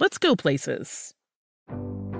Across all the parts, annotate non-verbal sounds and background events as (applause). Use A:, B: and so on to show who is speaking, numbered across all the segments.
A: let's go places.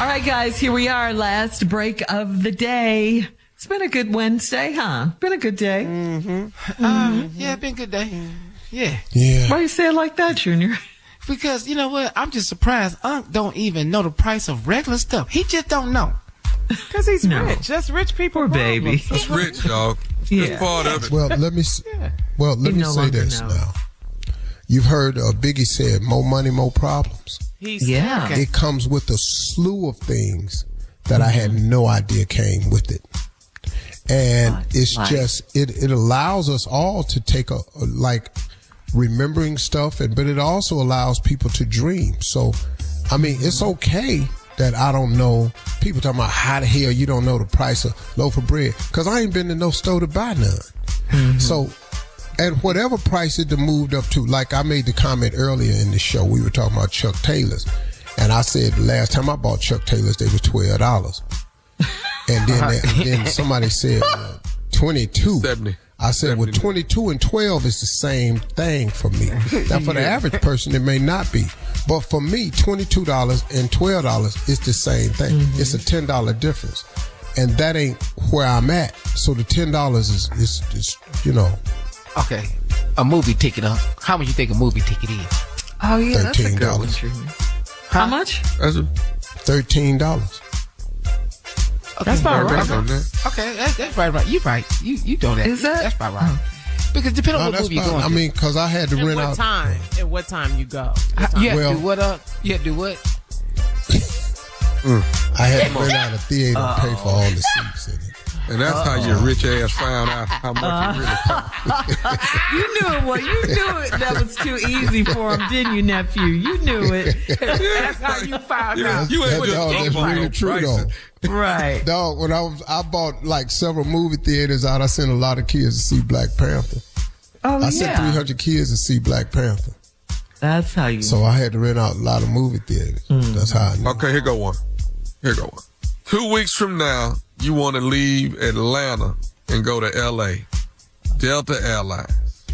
B: All right, guys, here we are. Last break of the day. It's been a good Wednesday, huh? Been a good day. Mm-hmm.
C: Uh, yeah, been a good day. Yeah.
B: Why you say it like that, Junior?
C: Because you know what? I'm just surprised Unc don't even know the price of regular stuff. He just
D: (laughs)
C: don't know.
D: Because he's
B: No.
D: rich. That's rich people.
B: (laughs) Poor
D: problem.
B: baby.
E: That's rich, dog. That's
B: Yeah.
E: part of it.
F: Well, let me. s Well, let
B: He
F: me
B: no
F: say
B: longer
F: this
B: knows.
F: now. You've heard uh, Biggie said, "More money, more problems."
D: He's
B: Yeah.
C: Okay.
F: It comes with a slew of things that I had no idea came with it, and it's
B: Like-
F: just it. It allows us all to take a, a like remembering stuff, and but it also allows people to dream. So, I mean, it's okay. That I don't know. People talking about how the hell you don't know the price of loaf of bread because I ain't been to no store to buy none. So, at whatever price it done moved up to, like I made the comment earlier in the show, we were talking about Chuck Taylors, and I said the last time I bought Chuck Taylors, they were twelve dollars, and then and then somebody said uh, twenty two.
E: Seventy.
F: I said, well, 22 and 12 is the same thing for me. Now, for the average person, it may not be. But for me, $22 and $12 is the same thing. It's a $10 difference. And that ain't where I'm at. So the $10 is, is, is you know,
C: Okay. A movie ticket, Unc. How much you think a movie ticket is?
D: Oh yeah, that's a good one,
F: $13.
D: Junior.
B: How much?
E: That's a,
F: $13.
C: Okay.
D: That's about
E: that's
D: right.
E: on that.
C: Okay, that's, that's right, right. You right. You you know that.
B: Is that-
C: That's about right. Because depending
F: No,
C: on what
F: that's
C: movie you're
F: fine.
C: going
F: I
C: to.
F: mean, because I had to
D: And
F: rent
D: what
F: out.
D: time? And what time you go?
C: you had
F: Well-
C: to do what, Unc? You had to do what?
F: I had to rent out a theater and pay for all the seats in it.
E: And that's how your rich ass found out how much you really cost.
B: You knew it. Well, you knew it. That was too easy for him, didn't you, nephew? You knew it. That's how you found out.
E: Uh-huh. You
F: That-
E: ain't with
F: dog, that's really true, though.
B: Right.
F: Dog, when I was, I bought like several movie theaters out. I sent a lot of kids to see Black Panther.
B: Oh,
F: I sent
B: yeah.
F: 300 kids to see Black Panther.
B: That's how you.
F: So I had to rent out a lot of movie theaters. That's how I knew.
E: Okay, here go one. Here go one. Two weeks from now, you want to leave Atlanta and go to L.A. Delta Airlines.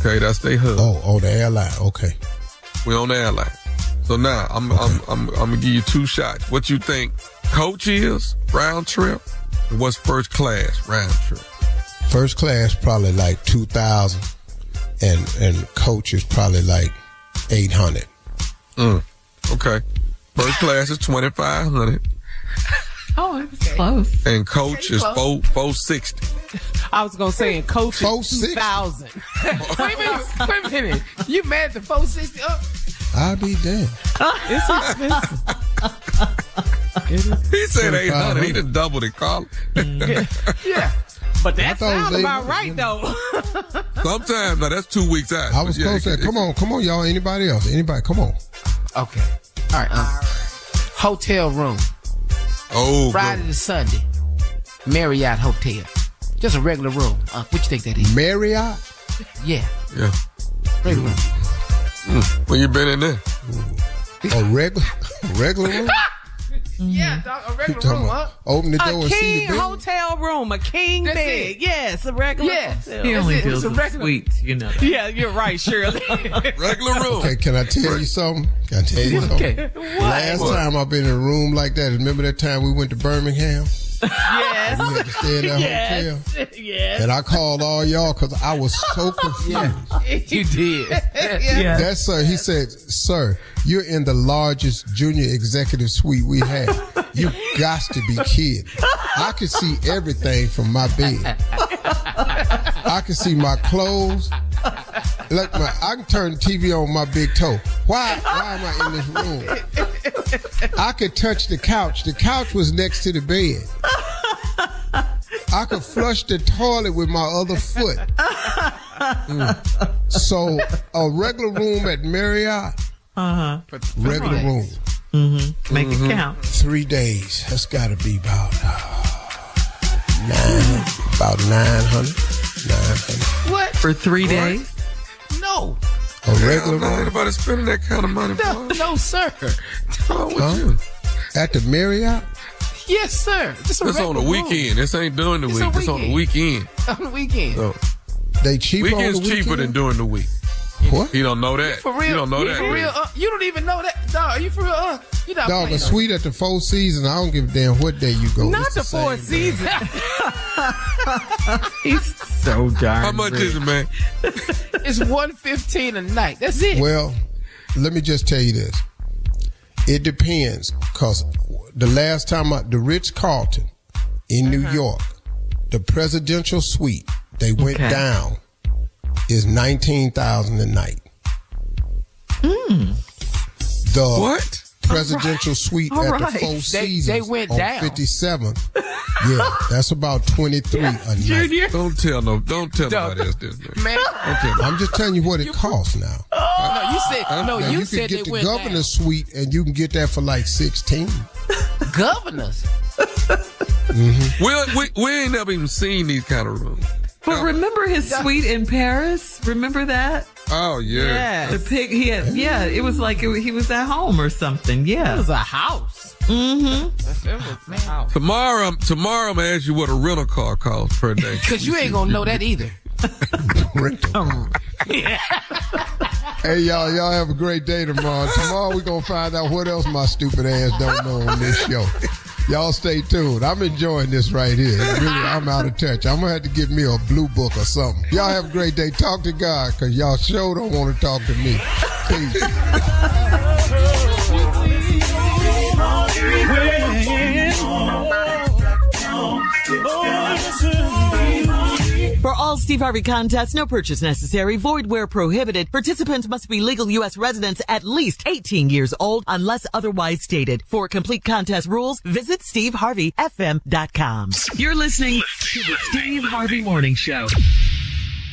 E: Okay, that's they hub.
F: Oh, oh, the airline. Okay.
E: We on the airline. So now I'm I'm I'm, I'm gonna give you two shots. What you think coach is round trip, and what's first class round trip?
F: First class probably like 2000 and and coach is probably like 800.
E: Mm. Okay, first class is twenty five hundred,
B: Oh, it was close.
E: and coach is four four sixty.
D: I was gonna say in coaching
F: Four six?
D: two
F: (laughs)
D: thousand. wait a minute, wait a minute. You mad the four sixty up?
F: I'll be damned.
D: It's expensive.
E: He said 800. He done doubled it, Carl.
D: yeah. But that
F: thought it was
D: sounds about
F: eight-
D: right though. (laughs)
E: Sometimes, now that's two weeks out.
F: I was
E: Yeah,
F: close
E: it-
F: to that. Come on, come on, y'all. Anybody else? Anybody? Come on.
C: Okay. All right. Um, hotel room,
E: Oh,
C: Friday to Sunday, Marriott Hotel. Just a regular room. Uh, what you think that is?
F: Marriott.
C: Yeah,
E: good. yeah.
C: regular room.
E: When you been in there?
F: A regular, (laughs) regular
D: (laughs)
F: room.
D: yeah, dog, a
F: You
D: regular
F: talking
D: room,
F: about
D: huh?
F: Open the door
D: A
F: and see
D: king
F: the building.
D: hotel room, a king
C: That's
D: bed.
C: it.
D: Yes, a regular
C: Yes.
D: hotel.
B: He only
D: That's it.
B: deals
D: It's a
B: with
D: regular-
B: sweets, you know. that.
D: Yeah, you're right, Shirley.
E: (laughs) Regular room.
F: Okay, can I tell you something? Can I tell you something?
D: (laughs)
C: Okay.
F: Last time I've been in a room like that, remember that time we went to Birmingham?
D: yes.
F: We had to stay at
D: (laughs)
F: that hotel.
D: Yes.
F: And I called all y'all because I was
D: (laughs)
F: so confused.
C: You did.
F: That sir, he said, sir, you're in the largest junior executive suite we have. You got to be kidding. I could see everything from my bed. I could see my clothes. Look, my, I can turn the TV on my big toe. Why? Why am I in this room? I could touch the couch. The couch was next to the bed. I could flush the toilet with my other foot. So a regular room at Marriott.
E: Uh-huh.
F: Regular room,
B: Make it count.
F: three days. That's got to be about uh, nine, about nine hundred. Nine hundred.
B: For three days?
C: No,
F: A
E: Regular
F: regular
E: room.
F: room
E: Anybody spending that kind of money?
C: no,
E: boy?
C: no, sir.
E: What's wrong with
F: Huh?
E: you?
F: at the Marriott.
C: Yes, sir. Just a
E: It's
C: regular
E: on the
C: room.
D: (laughs)
E: weekend. This ain't during the
C: It's
E: week.
C: a
E: It's on the weekend.
C: On the weekend.
E: No.
F: They cheap
E: Weekend's
F: on the
E: cheaper than
F: weekend?
E: during the week.
F: what?
E: You don't know that.
C: For real.
E: You don't know that.
C: For real.
E: man.
C: Uh, you don't even know that. Dog, you for real? Uh, you not
F: Dog,
C: playing.
F: a suite at the Four Seasons. I don't give a damn what day you go.
D: Not
F: It's
D: the four
F: same day.
D: seasons.
F: (laughs)
B: He's so darn.
E: How much is it, man?
C: It's one fifteen a night. That's it.
F: Well, let me just tell you this. It depends, cause the last time I, the Ritz Carlton in New York, the presidential suite they went
B: Okay.
F: down is nineteen thousand a night. The
E: What?
F: presidential suite
B: All
F: at the
B: right.
F: Four
C: They- they
F: Seasons
C: went
F: on
C: down.
F: fifty seven. yeah, that's about twenty three a night.
B: Junior.
E: Don't tell no. Don't tell nobody else this, man.
C: Man,
E: Don't tell
F: I'm just telling you what it costs now.
C: no, you said no.
F: Now,
C: You,
F: you can
C: said
F: get
C: they
F: the
C: went
F: governor's suite, and you can get that for like sixteen.
C: down. Governors.
E: Well, we, we ain't never even seen these kind of rooms.
B: But remember his suite in Paris? Remember that?
E: Oh yeah.
B: The
D: yes.
B: pig, he had, yeah, it was like it, he was at home or something.
D: It
B: Yeah.
D: was a house. Mm-hmm. It was a house.
E: Tomorrow, tomorrow, I'm gonna ask you what a rental car costs
C: (laughs)
E: per day.
C: Because you ain't going to know that either.
F: (laughs) Hey y'all, y'all have a great day tomorrow. Tomorrow we're gonna find out what else my stupid ass don't know on this show. Y'all stay tuned. I'm enjoying this right here. Really, I'm out of touch. I'm gonna have to get me a blue book or something. Y'all have a great day. Talk to God, cause y'all sure don't want to talk to me. Peace.
G: For all Steve Harvey contests, no purchase necessary, void where prohibited. Participants must be legal U.S. residents at least 18 years old unless otherwise stated. For complete contest rules, visit steveharveyfm.com.
A: You're listening to the Steve Harvey Morning Show.